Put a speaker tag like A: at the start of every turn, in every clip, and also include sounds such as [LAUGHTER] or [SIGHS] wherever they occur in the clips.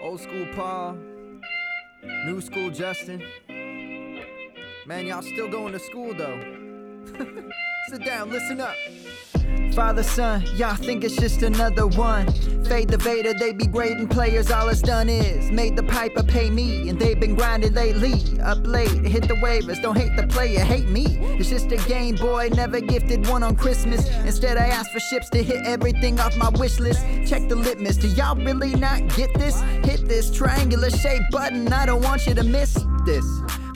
A: Old school Paul, new school Justin. Man, y'all still going to school though. [LAUGHS] Sit down, listen up. Father, son, y'all think it's just another one. Fade the Vader, they be grading players. All it's done is made the piper pay me. And they've been grinding lately. Up late, hit the waivers. Don't hate the player, hate me. It's just a game, boy. Never gifted one on Christmas. Instead, I asked for ships to hit everything off my wish list. Check the litmus. Do y'all really not get this? Hit this triangular shape button. I don't want you to miss this.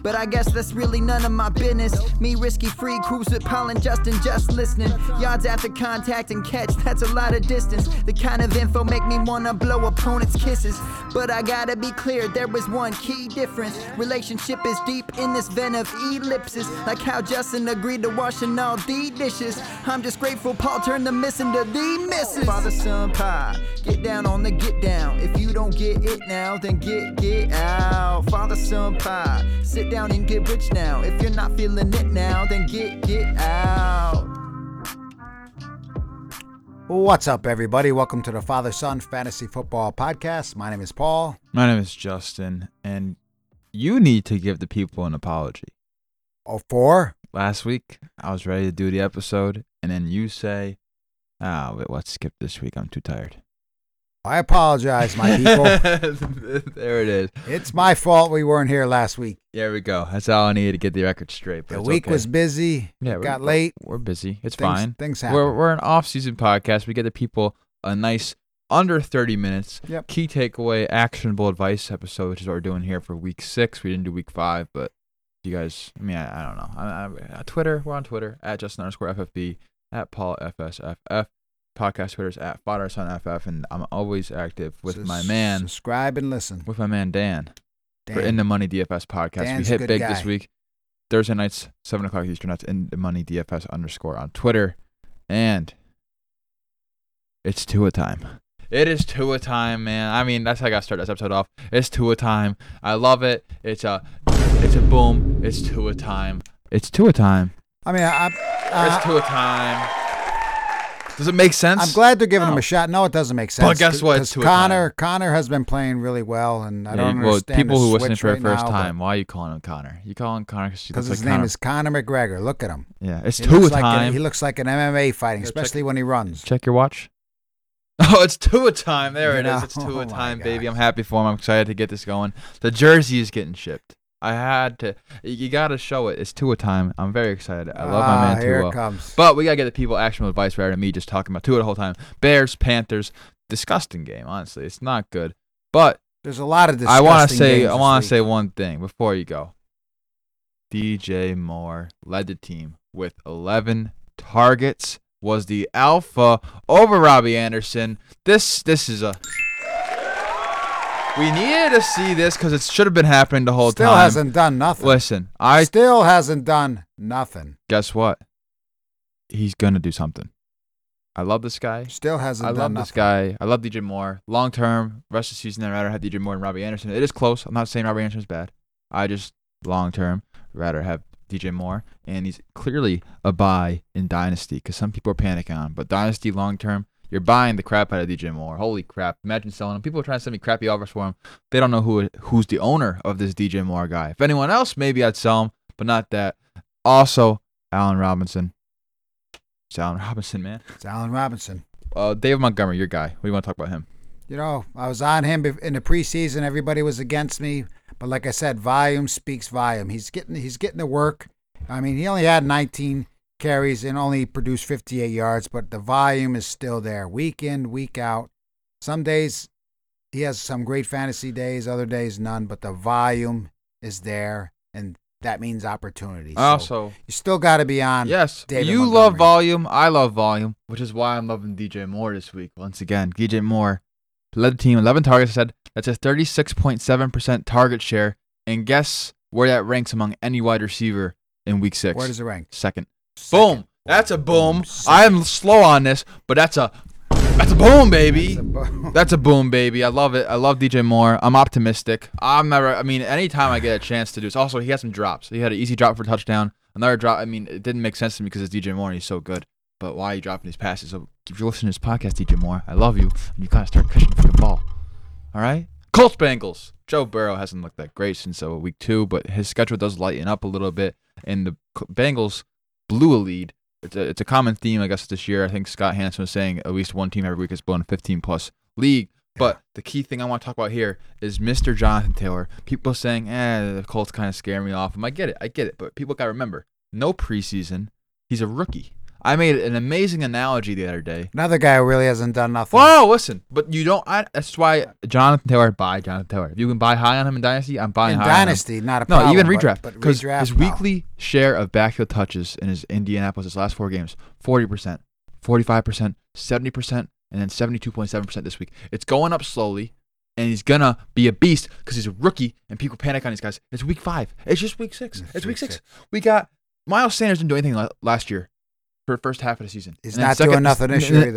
A: But I guess that's really none of my business. Me risky free cruise with Paul and Justin just listening. Yards after contact and catch, that's a lot of distance. The kind of info make me wanna blow opponents' kisses. But I gotta be clear, there was one key difference. Relationship is deep in this vein of ellipses. Like how Justin agreed to washing all the dishes. I'm just grateful Paul turned the missing to the misses. Father, son, pie. Get down on the get down. If you don't get it now, then get get out. Father, son, pie. Sit down and get rich now. If you're not feeling it now, then get get out.
B: What's up, everybody? Welcome to the Father Son Fantasy Football Podcast. My name is Paul.
C: My name is Justin, and you need to give the people an apology.
B: Oh, four.
C: Last week, I was ready to do the episode, and then you say, "Ah, wait, let's skip this week. I'm too tired."
B: I apologize,
C: [LAUGHS]
B: my people.
C: there it is.
B: it's my fault we weren't here last week.
C: There we go. That's all I needed to get the record straight. But
B: The
C: it's
B: week
C: okay.
B: was busy.
C: yeah,
B: it
C: we're-
B: got late.
C: We're busy. It's
B: Things-
C: fine.
B: Things happen.
C: We're we're an off-season podcast. We get the people a nice under 30 minutes
B: Yep.
C: key takeaway actionable advice episode, which is what we're doing here for week six. We didn't do week five, but you guys, I mean, I, I don't know. I, I, uh, Twitter, we're on Twitter at Justin underscore FFB, at Paul FSFF. Podcast Twitter's at Father Son FF, and I'm always active with
B: Sus-
C: my man,
B: Subscribe and listen.
C: with my man Dan, for
B: Dan.
C: In the Money DFS podcast.
B: Dan's a
C: we hit
B: good
C: big
B: guy.
C: this week. Thursday nights, seven o'clock Eastern. That's In the Money DFS underscore on Twitter, and it's Tua time. It is Tua time, man. I mean, that's how I got to start this episode off. It's Tua time. I love it. It's a, it's a boom. It's Tua time. It's Tua time.
B: I mean, I, I,
C: It's Tua time. Does it make sense?
B: Uh, I'm glad they're giving him
C: No.
B: a shot. No, it doesn't make sense.
C: Oh. guess what?
B: 'cause
C: It's two at
B: Connor, Connor has been playing really well, and I
C: Yeah,
B: don't
C: you- well,
B: understand
C: people
B: the
C: who listening
B: switch
C: for
B: right
C: the first
B: now, but-
C: time, why are you calling him Connor? You call him Connor because
B: Because his
C: like
B: name
C: Conor.
B: is Conor McGregor. Look at him.
C: yeah. It's
B: He looks
C: Tua
B: like an-
C: time.
B: he looks like an MMA fighting,
C: Yeah, check-
B: especially when he runs.
C: Check your watch. [LAUGHS] Oh, it's Tua time. There it
B: Yeah.
C: is.
B: [LAUGHS]
C: It's
B: Oh my
C: Tua time, baby.
B: gosh.
C: I'm happy for him. I'm excited to get this going. The jersey is getting shipped. I had to. You got to show it. It's Tua time. I'm very excited. I love
B: ah,
C: my man
B: Here
C: Tua.
B: it comes.
C: But we gotta get the people actionable advice rather than me just talking about Tua the whole time. Bears, Panthers, disgusting game. Honestly, it's not good. But
B: There's a lot of
C: I
B: disgusting
C: want to say
B: games
C: I
B: this
C: want
B: week.
C: to say one thing before you go. DJ Moore led the team with 11 targets. Was the alpha over Robbie Anderson. This this is a we needed to see this because it should have been happening the whole
B: still
C: time.
B: hasn't done nothing.
C: Listen, I
B: still hasn't done nothing.
C: guess what? He's gonna do something. I love this guy.
B: Still hasn't
C: I
B: done
C: love
B: nothing.
C: this guy. I love DJ Moore. Long term, rest of the season, I'd rather have DJ Moore and Robbie Anderson. It is close. I'm not saying Robbie Anderson's bad. I just long term rather have DJ Moore, and he's clearly a buy in Dynasty because some people are panicking on. But Dynasty long term, you're buying the crap out of DJ Moore. Holy crap! Imagine selling him. People are trying to send me crappy offers for him. They don't know who who's the owner of this DJ Moore guy. If anyone else, maybe I'd sell him, but not that. Also, Allen Robinson. It's Allen Robinson, man.
B: It's Allen Robinson.
C: Uh, David Montgomery, your guy. What do you want to talk about him?
B: You know, I was on him bef- in the preseason. Everybody was against me, but like I said, volume speaks volume. He's getting he's getting the work. I mean, he only had 19 carries and only produced 58 yards, but the volume is still there, week in, week out. Some days he has some great fantasy days, other days none, but the volume is there, and that means opportunity. So
C: Also,
B: you still got to be on.
C: yes,
B: David
C: you love
B: Montgomery.
C: volume. I love volume, which is why I'm loving DJ Moore this week. Once again, DJ Moore led the team 11 targets. I said that's a 36.7% target share. And guess where that ranks among any wide receiver in week six?
B: Where does it rank?
C: Second.
B: Second.
C: Boom. That's a boom.
B: Second.
C: I'm slow on this, but that's a that's a boom, baby.
B: That's a bo-
C: That's a boom, baby. I love it. I love DJ Moore. I'm optimistic. I'm never. I mean, anytime I get a chance to do this. Also, he had some drops. He had an easy drop for a touchdown. Another drop. I mean, it didn't make sense to me because it's DJ Moore and he's so good. But why are you dropping these passes? So keep listening to this podcast, DJ Moore. I love you. And you kind of start catching the fucking ball. All right. Colts Bengals. Joe Burrow hasn't looked that great since uh, week two, but his schedule does lighten up a little bit. And the C- Bengals blew a lead. It's a, it's a common theme, I guess, this year. I think Scott Hansen was saying at least one team every week has blown a 15 plus league. But the key thing I want to talk about here is Mr. Jonathan Taylor. People saying, eh, the Colts kind of scare me off him. I get it. I get it. But people got to remember no preseason. He's a rookie. I made an amazing analogy the other day
B: Another guy who really hasn't done nothing.
C: Whoa, listen, but you don't. I, that's why Jonathan Taylor buy Jonathan Taylor. If you can buy high on him in Dynasty, I'm buying
B: In
C: high
B: Dynasty, not a
C: On him. No,
B: problem.
C: even
B: but-
C: redraft
B: But,
C: because
B: redraft,
C: his
B: no.
C: weekly share of backfield touches in his Indianapolis his last four games, forty percent, forty-five percent, seventy percent, and then seventy-two point seven percent this week. It's going up slowly, and he's gonna be a beast because he's a rookie, and people panic on these guys. It's week five. It's just week six. It's, week six. We got Miles Sanders didn't do anything la- last year for the first half of the season.
B: He's
C: And then
B: not
C: second-
B: doing nothing this
C: and then-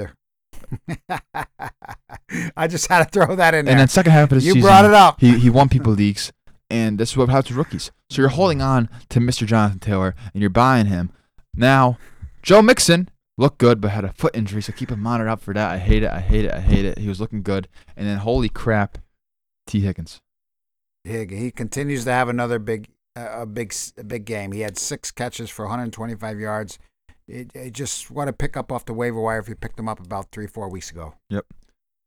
C: [LAUGHS]
B: year either. [LAUGHS] I just had to throw that in there.
C: And then second half of the
B: You
C: season,
B: brought it up.
C: He he won people leagues, and this is what happens to rookies. So you're holding on to Mr. Jonathan Taylor, and you're buying him. Now, Joe Mixon looked good, but had a foot injury, so keep him monitored up for that. I hate it. I hate it. I hate it. He was looking good, and then holy crap, T Higgins.
B: Hig- he continues to have another big uh, a big s- a big game. He had six catches for 125 yards. It, it just what a pickup off the waiver wire if you picked him up about three four weeks ago.
C: Yep.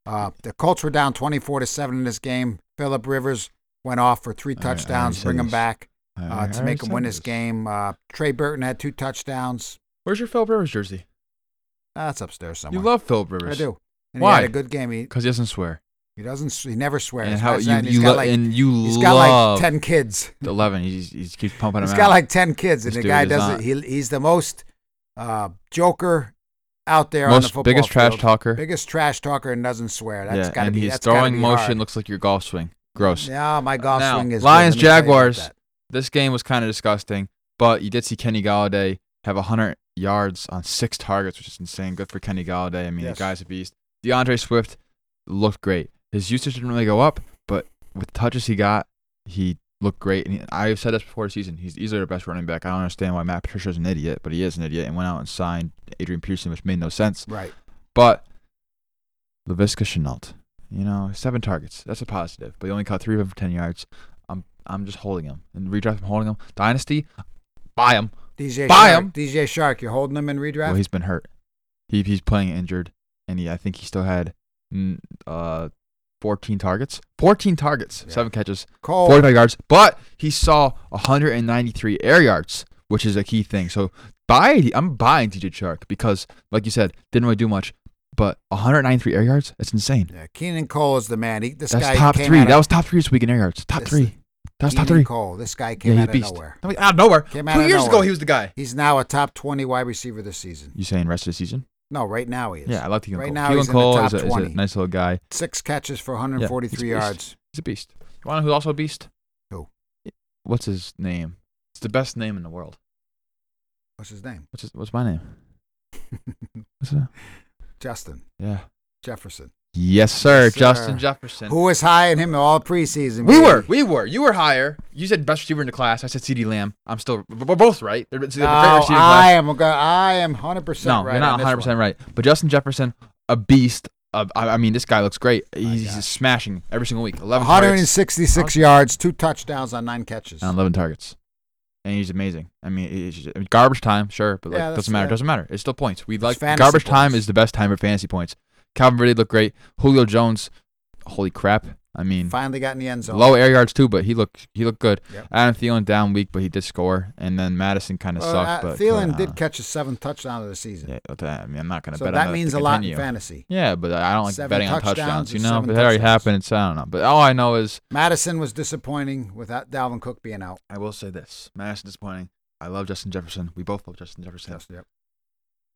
B: Uh, the Colts were down 24 to seven in this game. Philip Rivers went off for three
C: I- I already
B: touchdowns,
C: said
B: bring him
C: this.
B: back
C: I- I
B: uh, to
C: already
B: make him
C: said
B: win this game. Uh, Trey Burton had two touchdowns.
C: Where's your Philip Rivers jersey?
B: Ah, that's upstairs somewhere.
C: You love Philip
B: I
C: Rivers.
B: do. And
C: Why?
B: He had a good game. He,
C: because he doesn't swear.
B: he doesn't. s- He never swears.
C: And how
B: That's
C: you
B: right. He's
C: you
B: got
C: lo-
B: like-
C: and you
B: he's got
C: love
B: like ten kids.
C: eleven. He's, he's keeps pumping him
B: He's
C: out.
B: got like ten kids, and
C: This
B: the guy
C: dude is
B: doesn't. He, he's the most uh, joker out there on the
C: most
B: football
C: biggest
B: field.
C: trash talker.
B: biggest trash talker, and doesn't swear. That's
C: yeah,
B: gotta
C: and
B: be.
C: his
B: that's gotta
C: throwing
B: be
C: motion
B: hard.
C: looks like your golf swing. Gross.
B: Yeah, my golf
C: Now,
B: swing is good,
C: Lions,
B: let me tell you about
C: Jaguars.
B: that.
C: This game was kind of disgusting, but you did see Kenny Galladay have 100 yards on six targets, which is insane. Good for Kenny Galladay. I mean,
B: Yes.
C: the guy's a beast. DeAndre Swift looked great. His usage didn't really go up, but with the touches he got, he looked great. And he- I've said this before the season. He's easily the best running back. I don't understand why Matt Patricia's an idiot, but he is an idiot and went out and signed Adrian Peterson, which made no sense.
B: Right.
C: But LaVisca Chenault, you know, seven targets. That's a positive. But he only caught three of them for ten yards. I'm I'm just holding him. And redraft I'm holding him. Dynasty, buy him.
B: DJ
C: Buy
B: Shark.
C: him.
B: DJ Shark, you're holding him in
C: Well,
B: redraft.
C: he's been hurt. He he's playing injured and he I think he still had mm, uh 14 targets. 14 targets,
B: Yeah.
C: seven catches,
B: Cole.
C: 45 yards, but he saw 193 air yards, which is a key thing. So buy, I'm buying DJ Shark because, like you said, didn't really do much, but 193 air yards, that's insane.
B: Yeah, Keenan Cole is the man. He, this
C: That's
B: guy
C: top
B: came
C: three.
B: out
C: That
B: of-
C: was top three this week in air yards. Top
B: This-
C: three. That's top
B: Keenan
C: three.
B: Cole. This guy
C: Yeah,
B: came
C: he's a
B: out of
C: beast.
B: nowhere.
C: I mean, Out of nowhere.
B: Came out
C: Two
B: of
C: years ago,
B: nowhere.
C: he was the guy.
B: He's now a top 20 wide receiver this season.
C: You saying rest of the season?
B: No, right now he is.
C: Yeah, I like Keelan
B: Right
C: Cole.
B: now
C: Keelan
B: he's in the
C: Cole
B: top
C: is, a, is a
B: 20.
C: nice little guy.
B: Six catches for
C: Yeah,
B: 143
C: he's a beast.
B: yards.
C: He's a beast. You want to know who's also a beast?
B: Who?
C: What's his name? It's the best name in the world.
B: What's his name?
C: What's his, What's my name? [LAUGHS] What's his,
B: Justin
C: yeah.
B: Jefferson,
C: Yes, sir.
B: Yes,
C: Justin
B: sir.
C: Jefferson.
B: who was high in him all preseason. Oh,
C: we
B: baby.
C: were, we were. You were higher. You said best receiver in the class. I said C.D. Lamb. I'm still. We're both right. They're, it's a
B: No,
C: great receiver
B: I am. go- I am 100
C: class.
B: percent
C: No,
B: right.
C: you're not
B: on this
C: 100
B: one.
C: percent right. But Justin Jefferson, a beast. Of, I, I mean, this guy looks great. He's,
B: gosh.
C: he's smashing every single week. 11 targets.
B: 166 yards, two touchdowns on nine catches.
C: And 11 targets. And he's amazing. I mean, he's just- I mean, garbage time, sure, but like,
B: Yeah, that's-
C: doesn't matter.
B: yeah.
C: Doesn't matter. It's still points. We like
B: fantasy
C: garbage time
B: points.
C: is the best time for fantasy points. Calvin Ridley looked great. Julio Jones, holy crap. I mean,
B: Finally got in the end zone.
C: Low air yards too, but he looked he looked good.
B: Yep.
C: Adam Thielen down weak, but he did score. And then Madison kind of
B: Well,
C: sucked.
B: uh,
C: but
B: Thielen
C: uh,
B: did catch his seventh touchdown of the season,
C: Yeah, but that- I mean, I'm not gonna
B: so
C: bet on
B: that means
C: to
B: a lot in
C: continue.
B: fantasy.
C: Yeah, but I don't like
B: Seven
C: betting on
B: touchdowns
C: touchdowns. You
B: and
C: know,
B: seven
C: but that already
B: touchdowns.
C: happened. It's I don't know. But all I know is
B: Madison was disappointing without Dalvin Cook being out.
C: I will say this: Madison disappointing. I love Justin Jefferson. We both love Justin Jefferson.
B: Yes, yep.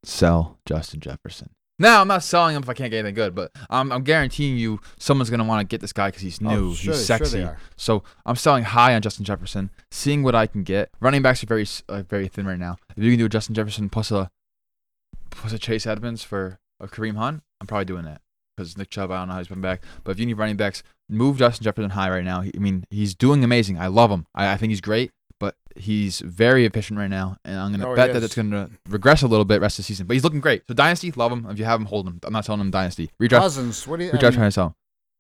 C: Sell Justin Jefferson. Now I'm not selling him if I can't get anything good, but I'm, I'm guaranteeing you someone's gonna want to get this guy because he's
B: Oh,
C: new,
B: sure- sure
C: he's sexy.
B: they are.
C: So I'm selling high on Justin Jefferson, seeing what I can get. Running backs are very s- uh, very thin right now. If you can do a Justin Jefferson plus a plus a Chase Edmonds for a Kareem Hunt, I'm probably doing that because Nick Chubb, I don't know how he's been back. But if you need running backs, move Justin Jefferson high right now. He, I mean, he's doing amazing. I love him. I, I think he's great, but he's very efficient right now, and I'm gonna
B: Oh, he
C: bet that
B: is.
C: it's gonna regress a little bit rest of the season. But he's looking great. So dynasty, love him. If you have him, hold him. I'm not selling him dynasty. Redraft,
B: Cousins, what do you? I
C: redraft,
B: mean,
C: trying to sell him.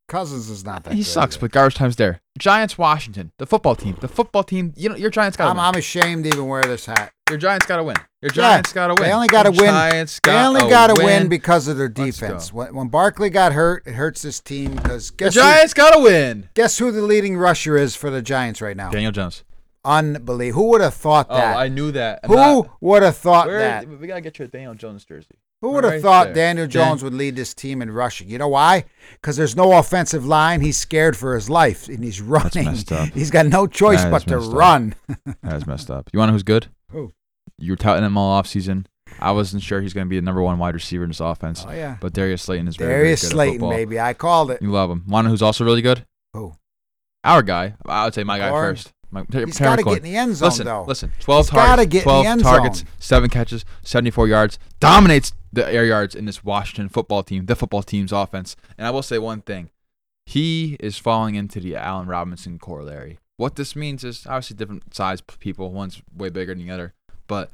B: Cousins is not that.
C: He
B: good
C: sucks,
B: yet.
C: but garbage time's there. Giants, Washington, the football team, the football team. You know, your Giants got to
B: I'm,
C: win.
B: I'm ashamed to even wear this hat.
C: your Giants got to win. Your Giants
B: Yeah,
C: got to win.
B: They only got to
C: Your
B: win.
C: Giants
B: they
C: gotta
B: only gotta win.
C: win.
B: because of their
C: Let's go.
B: defense. When, when Barkley got hurt, it hurts this team because
C: The
B: guess who,
C: Giants got to win.
B: guess who the leading rusher is for the Giants right now?
C: Daniel Jones.
B: Unbelievable. Who would have thought
C: Oh,
B: that?
C: I knew that. I'm
B: Who
C: not-
B: would have thought
C: where-
B: that?
C: We gotta get you a Daniel Jones jersey.
B: Who
C: We're
B: would have
C: right
B: thought
C: there.
B: Daniel Jones would lead this team in rushing? You know why? Because there's no offensive line. He's scared for his life, and he's running.
C: messed up.
B: He's got no choice
C: That is
B: but to
C: messed up.
B: run.
C: [LAUGHS] That's messed up. You want to know who's good?
B: Who?
C: You were touting him all offseason. I wasn't sure he's going to be the number one wide receiver in this offense.
B: Oh yeah,
C: But Darius Slayton is very, very
B: Darius
C: good at
B: Slayton,
C: football.
B: baby. I called it.
C: You love him. Want to know who's also really good?
B: Who?
C: Our guy. I would say my guy
B: McLaurin?
C: first. My, Ter-
B: He's
C: Terry
B: got to
C: McLaurin.
B: get in the end zone
C: listen,
B: though.
C: Listen, 12
B: He's gotta
C: targets,
B: get in the
C: 12
B: end
C: targets,
B: zone.
C: 7 catches, 74 yards, dominates the air yards in this Washington football team, the football team's offense. And I will say one thing. He is falling into the Allen Robinson corollary. What this means is obviously different size p- people. One's way bigger than the other, but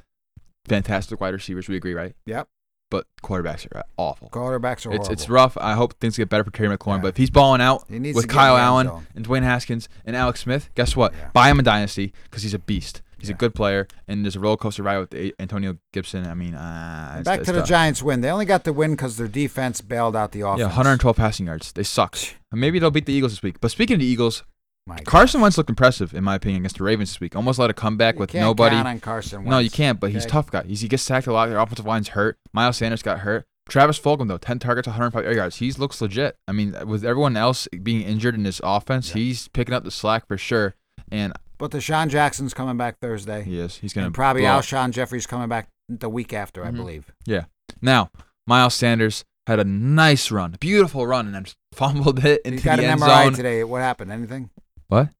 C: fantastic wide receivers. We agree, right?
B: Yep.
C: But quarterbacks are awful.
B: Quarterbacks are
C: It's, it's
B: horrible.
C: rough. I hope things get better for Terry McLaurin.
B: Yeah.
C: But if he's balling out
B: He needs
C: with
B: to get
C: Kyle
B: in the end
C: Allen
B: zone.
C: and Dwayne Haskins and Alex Smith, guess what?
B: Yeah.
C: Buy him a dynasty because he's a beast. He's a
B: Yeah.
C: good player, and there's a roller coaster ride with A- Antonio Gibson. I mean, uh, it's-
B: Back
C: it's
B: to the
C: tough.
B: Giants win. They only got the win because their defense bailed out the offense.
C: Yeah, 112 passing yards. They suck. And Maybe they'll beat the Eagles this week. But speaking of the Eagles,
B: My God.
C: Carson Wentz looked impressive in my opinion against the Ravens this week. Almost led a comeback
B: You
C: with
B: can't
C: nobody.
B: count on Carson
C: No,
B: Wentz.
C: you can't. But he's a
B: okay?
C: tough guy. He's, he gets sacked a lot. Their offensive line's hurt. Miles Sanders got hurt. Travis Fulgham though, 10 targets, 105 air yards. He looks legit. I mean, with everyone else being injured in this offense, he's picking up the slack for sure. And
B: But Deshaun Jackson's coming back Thursday.
C: he is. He's gonna
B: and probably
C: blow up.
B: Alshon Jeffrey's coming back the week after, I
C: Mhm.
B: believe.
C: Yeah. Now, Miles Sanders had a nice run, beautiful run, and then [LAUGHS] fumbled it into
B: He got
C: the
B: an
C: end
B: MRI
C: zone.
B: today. What happened? Anything?
C: What?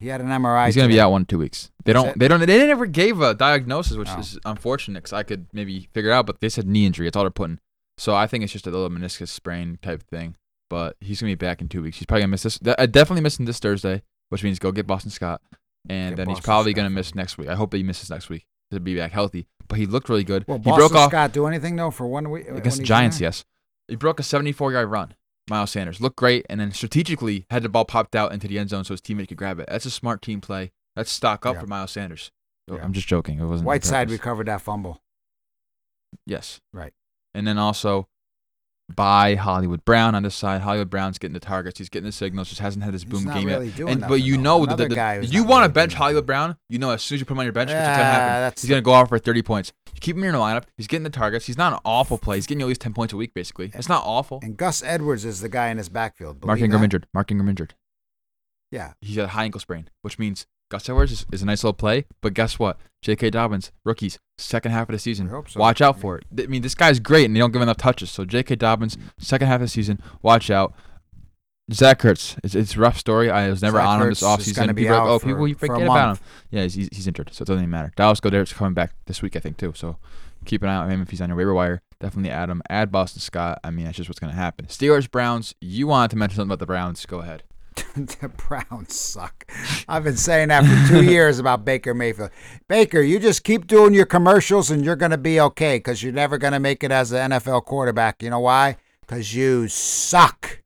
B: He had an MRI.
C: He's gonna be
B: today.
C: out one to two weeks. They
B: That's
C: don't.
B: it?
C: They don't. They never gave a diagnosis, which
B: Oh.
C: is unfortunate because I could maybe figure it out. But they said knee injury. It's all they're putting. So I think it's just a little meniscus sprain type thing. But he's gonna be back in two weeks. He's probably gonna miss this. I definitely missing this Thursday, which means go get Boston Scott, and
B: Get
C: then he's
B: Boston
C: probably
B: Scott
C: gonna
B: for
C: miss
B: me.
C: next week. I hope that he misses next week to be back healthy. But he looked really good.
B: Well,
C: he
B: Boston
C: broke off.
B: Scott do anything though for one week
C: against the Giants, yes. He broke a 74 yard run. Miles Sanders looked great, and then strategically had the ball popped out into the end zone so his teammate could grab it. That's a smart team play. That's stock up
B: Yeah.
C: for Miles Sanders. Oh,
B: Yeah.
C: I'm just joking. It wasn't on
B: Whiteside
C: purpose.
B: recovered that fumble.
C: yes.
B: Right.
C: And then also by Hollywood Brown on this side. Hollywood Brown's getting the targets. He's getting the signals. Just hasn't had this
B: He's
C: boom
B: not
C: game
B: really
C: yet.
B: doing
C: and but
B: nothing,
C: you
B: though.
C: know that
B: Another
C: the, the-
B: guy who's
C: you
B: not
C: want
B: really
C: to bench
B: doing
C: Hollywood
B: nothing.
C: Brown. You know as soon as you put him on your bench, it's
B: Yeah,
C: what's gonna happen.
B: that's-
C: he's gonna go off for 30 points. You keep him in your lineup. He's getting the targets. He's not an awful play. He's getting you at least 10 points a week basically. It's not awful.
B: And Gus Edwards is the guy in his backfield.
C: Mark
B: Believe
C: Ingram
B: that?
C: injured. Mark Ingram injured.
B: Yeah.
C: He's got a high ankle sprain, which means Gus Edwards is, is a nice little play. But guess what? J.K. Dobbins, rookies, second half of the season.
B: I hope so.
C: Watch out for it. Th- I mean, this guy's great, and they don't give him enough touches. So J.K. Dobbins, second half of the season. Watch out. Zach Ertz, it's, it's a rough story. I was never
B: Zach
C: on him
B: Ertz
C: this
B: is
C: offseason.
B: gonna be
C: People are
B: out
C: like, oh,
B: for-
C: people, you
B: for a
C: forget about him.
B: month.
C: Yeah, he's, he's, he's injured, so it doesn't even matter. Dallas Goedert's coming back this week, I think, too. So keep an eye on him if he's on your waiver wire. Definitely add him. Add Boston Scott. I mean, that's just what's going to happen. Steelers, Browns. You wanted to mention something about the Browns. Go ahead.
B: [LAUGHS] the Browns suck. I've been saying that for
C: [LAUGHS]
B: two years about Baker Mayfield. Baker, you just keep doing your commercials and you're going to be okay because you're never going to make it as an NFL quarterback. You know why? Because you suck.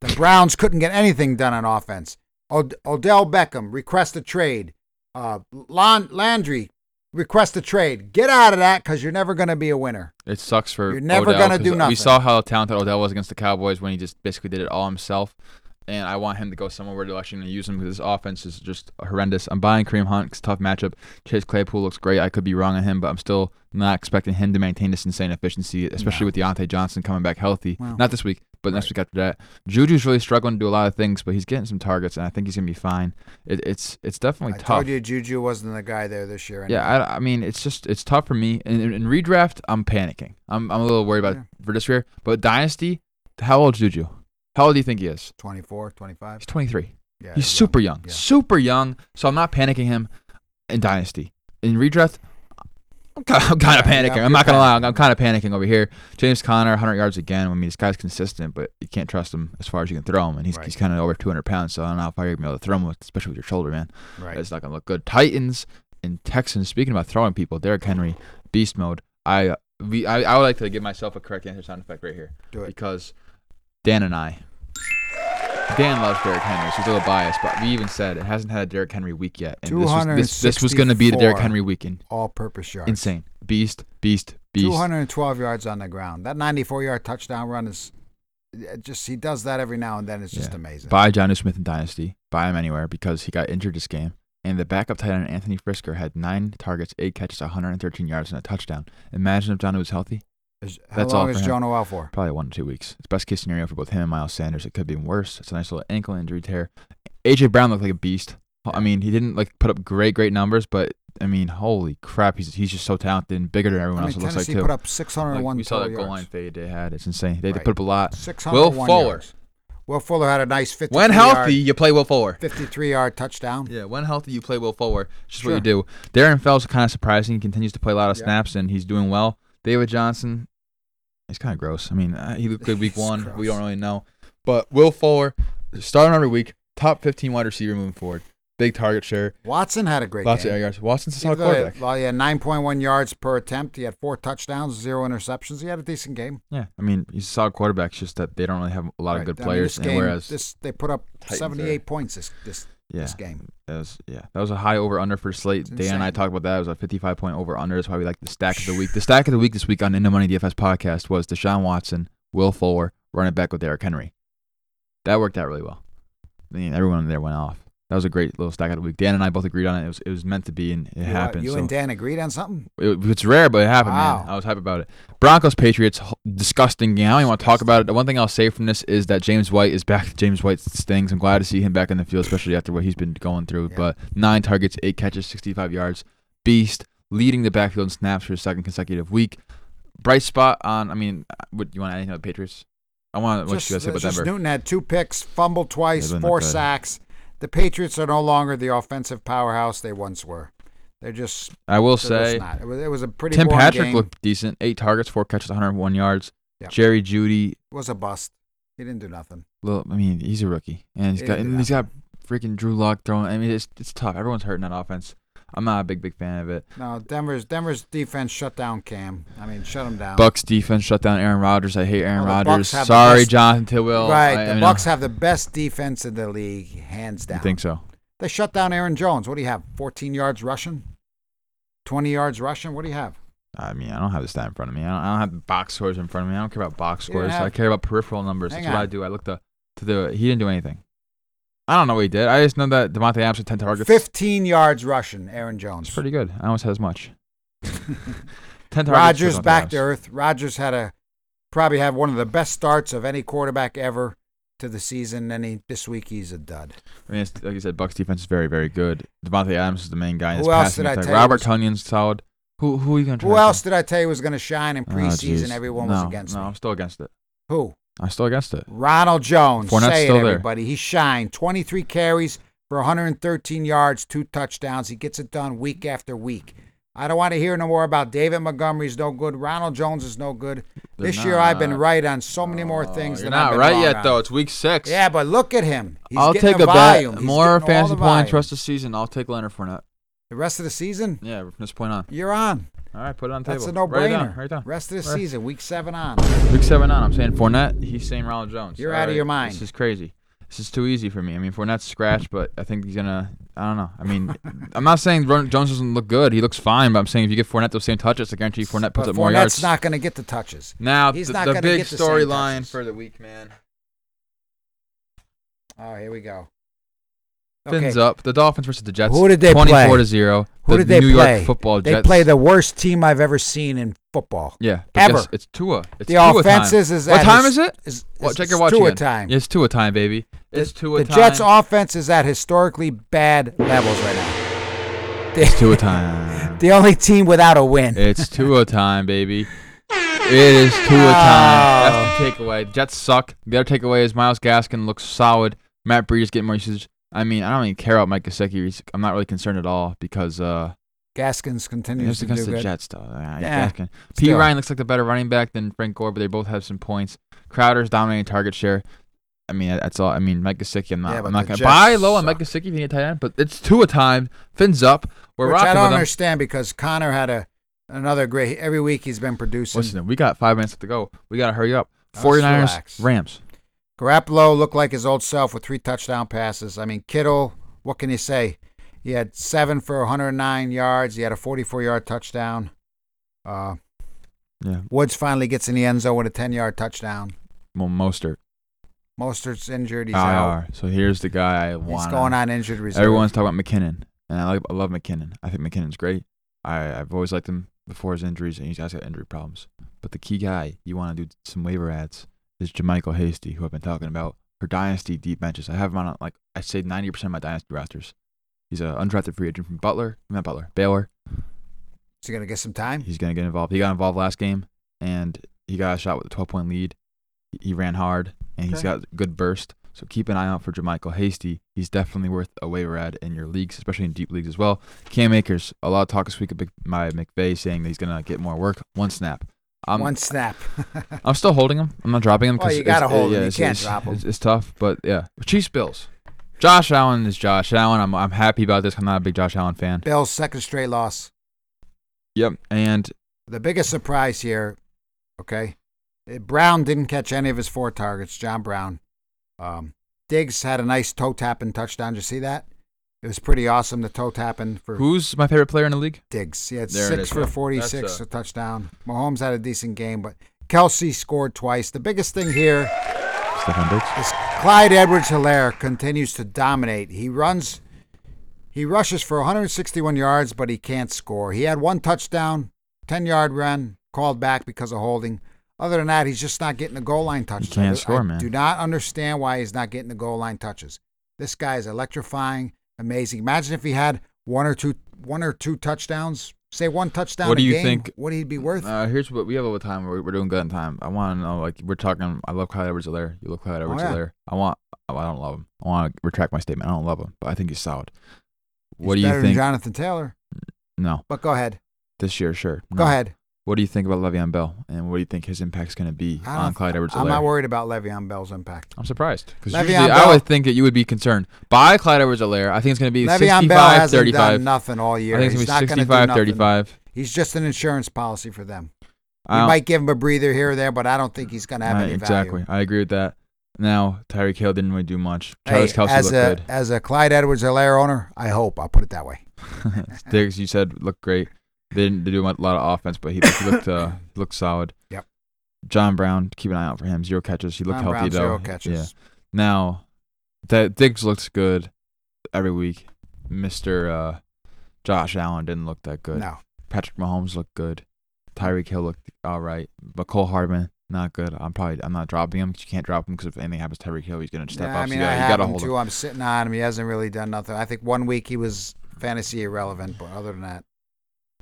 B: The Browns couldn't get anything done on offense. Od- Odell Beckham, request a trade. Uh, Lon- Landry, request a trade. Get out of that because you're never going to be a winner.
C: It sucks for
B: You're never
C: Odell
B: gonna do
C: 'cause We
B: nothing.
C: saw how talented Odell was against the Cowboys when he just basically did it all himself. And I want him to go somewhere where they're actually going to use him because his offense is just horrendous. I'm buying Kareem Hunt. It's a tough matchup. Chase Claypool looks great. I could be wrong on him, but I'm still not expecting him to maintain this insane efficiency, especially with Deontay Johnson coming back healthy.
B: Well,
C: not this week, but next week after that. Juju's really struggling to do a lot of things, but he's getting some targets, and I think he's going to be fine. It, it's it's definitely
B: I
C: tough.
B: told you Juju wasn't the guy there this year.
C: Yeah, I, I mean, it's just it's tough for me. In, in, in redraft, I'm panicking. I'm I'm a little worried about
B: Yeah.
C: for this year. But dynasty, how old is Juju? How old do you think he is?
B: 24, 25.
C: He's 23.
B: Yeah,
C: He's super young,
B: Yeah.
C: super young. So I'm not panicking him in dynasty. In redraft, I'm kind of, I'm kind of
B: Yeah, yeah,
C: panicking.
B: you're
C: I'm not gonna lie,
B: panicking.
C: I'm, kind of panicking over here. James Conner, 100 yards again. I mean, this guy's consistent, but you can't trust him as far as you can throw him, and he's
B: Right.
C: he's kind of over 200 pounds. So I don't know if I'm gonna be able to throw him, with, especially with your shoulder, man.
B: Right.
C: It's not going to look good. Titans and Texans. Speaking about throwing people, Derrick Henry, beast mode. I we I, I would like to give myself a correct answer sound effect right here
B: Do it.
C: because Dan and I Dan loves Derrick Henry, so he's a little biased, but we even said it hasn't had a Derrick Henry week yet. And this was, this, this was going to be the Derrick
B: 264.
C: Henry weekend.
B: All-purpose yards.
C: Insane. Beast, beast, beast.
B: 212 yards on the ground. That 94-yard touchdown run is it just he does that every now and then. It's just
C: Yeah.
B: amazing.
C: Buy Johnny Smith in Dynasty. Buy him anywhere because he got injured this game. And the backup tight end Anthony Frisker had nine targets, eight catches, 113 yards, and a touchdown. Imagine if Johnny was healthy.
B: Is- How
C: that's all
B: long
C: for
B: is
C: him.
B: John Noel for?
C: Probably one to two weeks. It's best case scenario for both him and Miles Sanders. It could be worse. It's a nice little ankle injury tear. AJ Brown looked like a beast. I mean, he didn't like put up great, great numbers, but I mean, holy crap, he's he's just so talented and bigger than everyone
B: I mean,
C: else. It looks like
B: Tennessee
C: too.
B: put up 601
C: Like, we saw that
B: total
C: goal
B: yards.
C: line fade they had. It's insane. They had to
B: Right.
C: put up a lot.
B: 601
C: Will Fuller.
B: yards. Will Fuller had a nice 53
C: When healthy,
B: yard,
C: you play Will Fuller.
B: 53 yard touchdown.
C: Yeah, when healthy, you play Will Fuller. It's just what
B: Sure.
C: you do. Darren Fell's kind of surprising. He continues to play a lot of
B: Yeah.
C: snaps, and he's doing well. David Johnson, he's kind of gross. I mean, uh, he looked good
B: [LAUGHS]
C: week
B: He's
C: one. We
B: gross.
C: don't really know. But Will Fuller, starting every week, top 15 wide receiver moving forward. Big target share,
B: Watson had a great
C: lots of
B: game.
C: air yards. Watson's a
B: Even
C: solid
B: though he had-
C: quarterback.
B: Well, he had 9.1 yards per attempt. He had four touchdowns, zero interceptions. He had a decent game.
C: Yeah, I mean, he's a solid quarterback. It's just that they don't really have a lot of
B: Right. I
C: good
B: mean,
C: players.
B: this game,
C: and whereas,
B: this, they put up
C: Titans
B: 78 points this this,
C: yeah,
B: this game.
C: That was yeah. That was a high over under for Slate.
B: It's
C: Dan and I
B: insane.
C: talked about that. It was a 55 point over under. That's why we like the stack of the
B: [SIGHS]
C: week. The stack of the week this week on In the Money DFS podcast was Deshaun Watson, Will Fuller, running back with Derrick Henry. That worked out really well. I mean, everyone there went off. That was a great little stack of the week. Dan and I both agreed on it. It was it was meant to be, and it
B: You, uh,
C: happened.
B: You
C: so
B: and Dan agreed on something?
C: it, it's rare, but it happened, man.
B: Wow.
C: I was hype about it. Broncos Patriots, h- disgusting game. I don't even want to talk about it. The one thing I'll say from this is that James White is back. [LAUGHS] James White stings. I'm glad to see him back in the field, especially after what he's been going through.
B: Yeah.
C: But nine targets, eight catches, 65 yards. Beast leading the backfield in snaps for his second consecutive week. Bright spot on. I mean, uh, what you want to anything about the Patriots? I want what
B: Just,
C: you guys say about
B: just
C: Denver.
B: Newton had two picks, fumbled twice,
C: they're not
B: four
C: good.
B: sacks. The Patriots are no longer the offensive powerhouse they once were. They're just,
C: I
B: they're
C: will
B: just
C: say,
B: not. It was, it was a pretty
C: Tim
B: boring
C: Patrick
B: game.
C: looked decent. Eight targets, four catches, 101 yards.
B: Yeah.
C: Jerry Judy
B: It was a bust. He didn't do nothing.
C: Well, I mean, he's a rookie, and he's
B: Yeah,
C: got
B: yeah.
C: and he's got freaking Drew Lock throwing. I mean, it's it's tough. Everyone's hurting that offense. I'm not a big big fan of it.
B: No, Denver's Denver's defense shut down Cam. I mean, shut him down.
C: Bucks defense shut down Aaron Rodgers. I hate Aaron
B: Well, the Bucks
C: Rodgers.
B: have the
C: Sorry,
B: best-
C: Jonathan Tillwell.
B: right,
C: I- I
B: the
C: mean,
B: Bucks have the best defense in the league, hands
C: You
B: down.
C: think so?
B: They shut down Aaron Jones. What do you have? 14 yards rushing? 20 yards rushing? What do you have?
C: I mean, I don't have the stat in front of me. I don't, I don't have the box scores in front of me. I don't care about box
B: You don't
C: scores. I
B: have-
C: care about peripheral numbers.
B: Hang
C: That's what I
B: on.
C: do. I look the to the. He didn't do anything. I don't know what he did. I just know that Devontae Adams had ten targets.
B: 15 yards rushing, Aaron
C: It's
B: Jones.
C: pretty good. I almost had
B: [LAUGHS]
C: as much. ten targets. for
B: Rodgers
C: Devontae
B: back
C: Adams.
B: to earth. Rodgers had a probably had one of the best starts of any quarterback ever to the season. And he, this week he's a dud.
C: I mean, it's, like you said, Bucks defense is very, very good. Devontae Adams is the main guy. in this
B: Who else
C: passing
B: did I
C: attack.
B: tell you
C: Robert
B: was-
C: Tunyon's solid. Who who are you gonna try?
B: Who
C: to-
B: else did I tell you was going to shine in
C: Oh,
B: preseason?
C: jeez.
B: Everyone
C: no,
B: was against
C: No,
B: me.
C: I'm still against it.
B: Who?
C: I'm still against it.
B: Ronald Jones.
C: Fournette's
B: Say
C: still
B: it,
C: there.
B: everybody. He shined. 23 carries for 113 yards, two touchdowns. He gets it done week after week. I don't want to hear no more about David Montgomery's no good. Ronald Jones is no good.
C: They're
B: this year I've been
C: not. Oh,
B: right on so many more things
C: You're
B: than I've
C: not
B: been
C: right
B: wrong
C: yet
B: on.
C: though. It's week six.
B: Yeah, but look at him. He's
C: I'll
B: getting
C: take
B: the
C: a
B: volume.
C: bet.
B: He's
C: More
B: getting all
C: fantasy
B: the
C: points
B: volume.
C: rest of the season. I'll take Leonard Fournette.
B: The rest of the season,
C: Yeah, from this point on.
B: you're on.
C: All right, put it on the
B: That's a
C: table. Write it down,
B: no-brainer.
C: write it down.
B: Rest of the
C: Write-
B: season, week seven on.
C: Week seven on, I'm saying Fournette. He's saying Ronald Jones.
B: You're outta your mind.
C: This is crazy. This is too easy for me. I mean, Fournette's scratched, but I think he's gonna. I don't know.
B: [LAUGHS]
C: I mean, I'm not saying Ron- Jones doesn't look good. He looks fine, but I'm saying if you get Fournette those same touches, I guarantee you Fournette puts
B: but
C: up more
B: Fournette's
C: yards.
B: not going to get the touches.
C: now
B: he's
C: the,
B: not
C: the
B: gonna
C: big
B: get the same
C: storyline
B: touches.
C: for the week, man.
B: Oh, here we go.
C: Fins up. The Dolphins versus the Jets.
B: Who did they
C: 24
B: play?
C: to zero.
B: Who
C: The
B: did they
C: New
B: play?
C: York Football
B: They
C: Jets.
B: play the worst team I've ever seen in football.
C: yeah. but guess-
B: ever.
C: it's Tua. It's
B: The
C: Tua
B: offense
C: time.
B: is, is
C: What
B: at
C: time
B: his-
C: is it?
B: Is,
C: Well,
B: is,
C: check your
B: it's
C: watch
B: Tua
C: again.
B: time.
C: It's Tua time, baby. It's
B: the,
C: Tua
B: the
C: time.
B: Jets' offense is at historically bad levels right now.
C: It's
B: The,
C: Tua
B: [LAUGHS]
C: time.
B: the only team without a win.
C: It's Tua time, baby. It is Tua time. That's the takeaway. The Jets suck. The other takeaway is Miles Gaskin looks solid. Matt Breed is getting more usage. I mean, I don't even care about Mike Gesicki. He's- I'm not really concerned at all because uh,
B: Gaskins continues
C: it's
B: to do
C: against the
B: good.
C: Jets, though. Uh,
B: Yeah,
C: Gaskin. P.
B: still.
C: Ryan looks like the better running back than Frank Gore, but they both have some points. Crowder's dominating target share. I mean, that's all. I mean, Mike Gesicki. I'm not.
B: Yeah, but
C: I'm not
B: the
C: gonna buy
B: Jets
C: low on Mike Gesicki if you need a tight end, but it's Tua time. Fins up. We're
B: Which
C: rocking
B: I don't
C: with him.
B: understand because Connor had a another great every week he's been producing.
C: Listen, we got five minutes left to go. We got to hurry up.
B: Let's
C: 49ers,
B: relax.
C: Rams.
B: Garoppolo looked like his old self with three touchdown passes. I mean, Kittle, what can you say? He had seven for 109 yards. He had a 44 yard touchdown. Uh,
C: Yeah.
B: Woods finally gets in the end zone with a 10 yard touchdown.
C: Well, Mostert.
B: Mostert's injured. He's out.
C: IR. So here's the guy I
B: He's
C: want.
B: going on injured reserve.
C: Everyone's talking about McKinnon, and I, like, I love McKinnon. I think McKinnon's great. I, I've always liked him before his injuries, and he's has got injury problems. But the key guy you want to do some waiver ads is Jermichael Hasty, who I've been talking about for dynasty deep benches. I have him on like I say 90% of my dynasty rosters. He's an undrafted free agent from Butler, not Butler, Baylor.
B: Is he going to get some time?
C: He's gonna get involved. He got involved last game, and he got a shot with a 12 point lead. He- He ran hard, and he's got good burst. So keep an eye out for Jermichael Hasty. He's definitely worth a waiver ad in your leagues, especially in deep leagues as well. Cam Akers, a lot of talk this week about my McVay saying that he's gonna get more work. One snap. I'm,
B: One snap. [LAUGHS]
C: I'm still holding him. I'm not dropping him.
B: Well,
C: 'cause
B: you
C: it's-
B: gotta hold him. You
C: it's-
B: can't
C: it's-
B: drop him.
C: It's, it's tough, but yeah. Chiefs Bills. Josh Allen is Josh Allen. I'm I'm happy about this. I'm not a big Josh Allen fan.
B: Bill's second straight loss.
C: Yep. And
B: The biggest surprise here, okay, eh, Brown didn't catch any of his four targets. John Brown. Um, Diggs had a nice toe tapping touchdown. Did you see that? It was pretty awesome. The toe tapping for
C: who's my favorite player in the league?
B: Diggs. He had
C: There it
B: six
C: is.
B: for
C: That's
B: 46,
C: a-
B: a touchdown. Mahomes had a decent game, but Kelsey scored twice. The biggest thing here
C: Stephon Diggs.
B: is Clyde Edwards Hilaire continues to dominate. He runs, he rushes for 161 yards, but he can't score. He had one touchdown, 10 yard run, called back because of holding. Other than that, he's just not getting the goal line touches.
C: can't
B: I-
C: score,
B: I
C: man.
B: Do not understand why he's not getting the goal line touches. This guy is electrifying, amazing. Imagine if he had one or two, one or two touchdowns. Say one touchdown.
C: What do
B: a
C: you
B: game,
C: think-
B: Would he be worth?
C: Uh, here's what we have over time. We're, we're doing good in time. I want to know, like, we're talking. I love Clyde edwards alaire You love Clyde edwards alaire I want. oh, I don't love him. I want to retract my statement. I don't love him, but I think he's solid.
B: He's
C: What do
B: better
C: you think?
B: than Jonathan Taylor?
C: no,
B: But go ahead.
C: this year, sure.
B: Go
C: No.
B: ahead.
C: What do you think about Le'Veon Bell, and what do you think his impact's going to be
B: I
C: on
B: don't-
C: Clyde edwards
B: I'm not
C: alaire
B: worried about Le'Veon Bell's impact.
C: I'm surprised because
B: Le'Veon
C: usually I
B: Bell-
C: would think that you would be concerned by Clyde edwards alaire I think it's going to be
B: Le'Veon Bell hasn't
C: 65
B: done
C: 35. I
B: nothing all year.
C: think it's
B: He's
C: going
B: not
C: to
B: going
C: be
B: to do
C: 65
B: nothing.
C: 35.
B: He's just an insurance policy for them. You
C: I don't-
B: might give him a breather here or there, but I don't think he's going to have
C: I-
B: any
C: exactly.
B: value.
C: I agree with that. Now, Tyreek Hill didn't really do much.
B: Hey,
C: Travis Kelsey
B: as
C: looked
B: a
C: good.
B: as a Clyde edwards helaire owner, I hope I'll put it that way.
C: [LAUGHS] Diggs, you said looked great. They didn't do a lot of offense, but he looked he
B: [LAUGHS]
C: looked, uh, looked solid.
B: Yep.
C: John Brown, keep an eye out for him. Zero catches. He looked
B: Tom Brown,
C: healthy though.
B: zero catches.
C: Yeah. Now, that Diggs looks good every week. Mister uh, Josh Allen didn't look that good.
B: No,
C: Patrick Mahomes looked good. Tyreek Hill looked all right. But Cole Hardman not good. I'm probably I'm not dropping him 'cause you can't drop him because if anything happens to Tyreek Hill, he's gonna step
B: Yeah,
C: up.
B: I
C: So
B: mean,
C: you
B: I
C: gotta, you
B: have
C: gotta
B: him
C: hold him.
B: too. I'm sitting on him. He hasn't really done nothing. I think one week he was fantasy irrelevant, but other than that,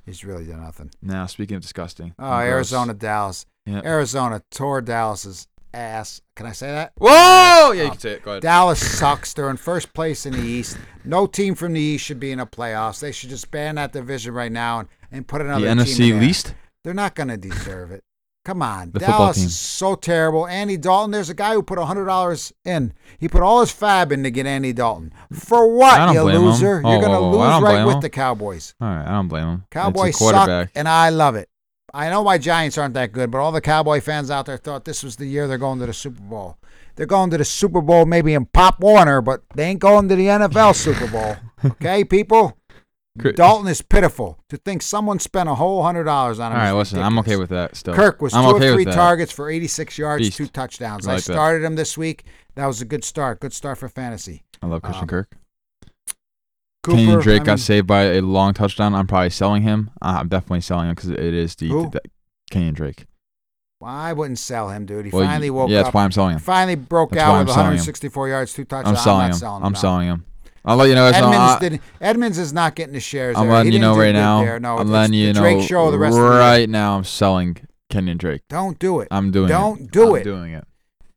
B: he's really done nothing.
C: Now speaking of disgusting.
B: Oh,
C: and gross-
B: Arizona, Dallas.
C: Yeah.
B: Arizona tore Dallas's ass. Can I say that?
C: Whoa! Yeah, you
B: Oh.
C: can say it. Go ahead.
B: Dallas sucks. They're in first place in the East. No team from the East should be in the playoffs. They should just ban that division right now and, and put another
C: the
B: team
C: NFC
B: in there.
C: least.
B: They're not going to deserve it. Come on.
C: The football
B: Dallas
C: team.
B: is so terrible. Andy Dalton, there's a guy who put $100 in. He put all his fab in to get Andy Dalton. For
C: I
B: what,
C: don't
B: you
C: blame him.
B: loser?
C: Oh,
B: You're going to
C: whoa, whoa, I
B: lose
C: don't
B: right
C: blame
B: with
C: him.
B: the Cowboys.
C: All right, I don't blame him.
B: Cowboys
C: it's a quarterback.
B: suck, and I love it. I know my Giants aren't that good, but all the Cowboy fans out there thought this was the year they're going to the Super Bowl. They're going to the Super Bowl maybe in Pop Warner, but they ain't going to the NFL Super
C: [LAUGHS]
B: Bowl. Okay, people?
C: Cr-
B: Dalton is pitiful. To think someone spent a whole hundred dollars on
C: All
B: him.
C: right,
B: is
C: listen, I'm okay
B: ridiculous.
C: with that. Still,
B: Kirk was
C: I'm
B: two
C: okay
B: of
C: with
B: three
C: that.
B: targets for 86 yards,
C: Beast.
B: two touchdowns.
C: I
B: I
C: like that.
B: started him this week. That was a good start. Good start for fantasy.
C: I love Christian
B: Um,
C: Kirk.
B: Cooper,
C: Kenyon Drake
B: I mean,
C: got saved by a long touchdown. I'm probably selling him. Uh, I'm definitely selling him because it is the,
B: Who?
C: the Kenyon Drake.
B: I wouldn't sell him, dude. He
C: Well,
B: finally woke
C: yeah,
B: up.
C: that's why I'm selling him.
B: finally broke
C: That's why
B: out
C: I'm
B: with
C: selling him.
B: 164 yards, two
C: I'm
B: touchdowns.
C: selling
B: not
C: him.
B: selling him.
C: I'm
B: no.
C: selling him. I'll let you know. it's not-
B: Edmonds,
C: I-
B: didn't, Edmonds is not getting the shares.
C: I'm
B: there.
C: letting
B: He
C: you
B: didn't
C: know
B: do
C: right
B: good
C: now.
B: There. No,
C: I'm
B: it's-
C: letting
B: it's
C: you
B: the
C: know
B: Drake show the rest of the
C: right
B: year.
C: now. I'm selling Kenyon Drake.
B: Don't do it.
C: I'm doing it.
B: Don't do
C: I'm
B: it.
C: doing it.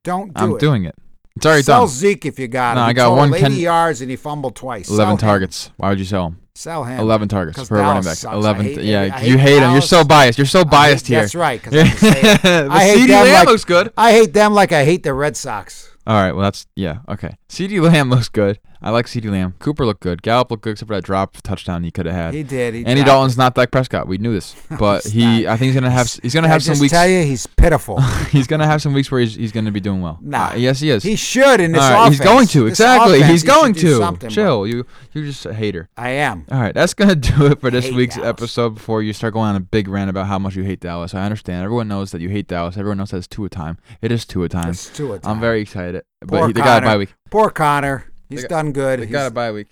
B: Don't do
C: I'm
B: it.
C: doing it. It's already
B: sell
C: done.
B: Zeke if you got him.
C: No,
B: He
C: I got
B: totaled
C: one
B: 80
C: Ken-
B: yards and he fumbled twice. Sell
C: 11
B: him.
C: targets. Why would you sell him?
B: Sell him.
C: 11 targets
B: 'Cause
C: for a running
B: Dallas
C: back.
B: sucks. I
C: 11.
B: hate
C: th-
B: every-
C: yeah,
B: I
C: you
B: hate
C: hate him. You're
B: Dallas.
C: so biased. You're so
B: I
C: biased
B: hate-
C: here. [LAUGHS]
B: That's right. 'cause I'm the same.
C: the
B: I hate
C: CD
B: them
C: Lamb
B: like-
C: looks good.
B: I hate them like I hate the Red Sox.
C: All right. Well, that's yeah. Okay. C.D. Lamb looks good. I like C.D. Lamb. Cooper looked good. Gallup looked good except for that drop touchdown he could have had.
B: He did. He
C: Andy
B: dropped.
C: Dalton's not Dak Prescott. We knew this,
B: [LAUGHS]
C: but
B: He's
C: he.
B: not.
C: I think he's gonna have. He's gonna
B: I
C: have some
B: just
C: weeks.
B: tell you, he's pitiful.
C: [LAUGHS] he's gonna have some weeks where he's, he's gonna be doing well.
B: Nah.
C: Uh, yes, he is.
B: he should in this
C: All right,
B: offense.
C: he's going to
B: This
C: exactly.
B: offense,
C: He's
B: he should
C: going
B: do
C: to.
B: something,
C: Chill. You you're just a hater.
B: bro. I am.
C: All right, that's gonna [LAUGHS] do it for this
B: Hate
C: week's
B: Dallas.
C: episode. Before you start going on a big rant about how much you hate Dallas, I understand. Everyone knows that you hate Dallas. Everyone knows that's two a time. It is two a time.
B: It's two at
C: I'm
B: time.
C: very excited. But
B: Poor
C: he- they got
B: Connor.
C: a bye week.
B: Poor Connor. He's
C: got-
B: done good.
C: They
B: He's-
C: got a bye week.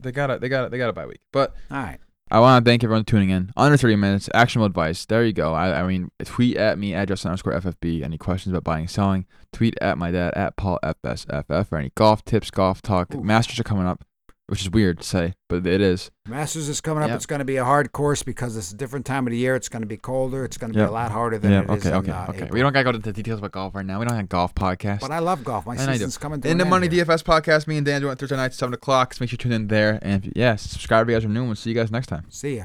C: They got a they got a, they got a bye week. But
B: All right.
C: I want to thank everyone for tuning in. Under 30 minutes, actionable advice. There you go. I, I mean, tweet at me at Justin underscore FFB. Any questions about buying, selling? Tweet at my dad at Paul FSFF for any golf tips, golf talk.
B: Ooh.
C: Masters are coming up, which is weird to say, but it is.
B: Masters is coming up.
C: Yep.
B: It's going to be a hard course because it's a different time of the year. It's going to be colder. It's going to
C: Yep.
B: be a lot harder than
C: yeah.
B: it is.
C: Okay.
B: in,
C: Okay.
B: uh,
C: okay.
B: April.
C: We don't gotta go into the details about golf right now. We don't have a golf podcast.
B: But I love golf. My
C: And I do.
B: season's coming. to
C: In
B: an
C: the
B: end
C: Money
B: here.
C: DFS podcast, me and Dan do it Thursday nights, seven o'clock. So make sure you tune in there. And if you, yeah, subscribe if you guys are new. and We'll see you guys next time.
B: See ya.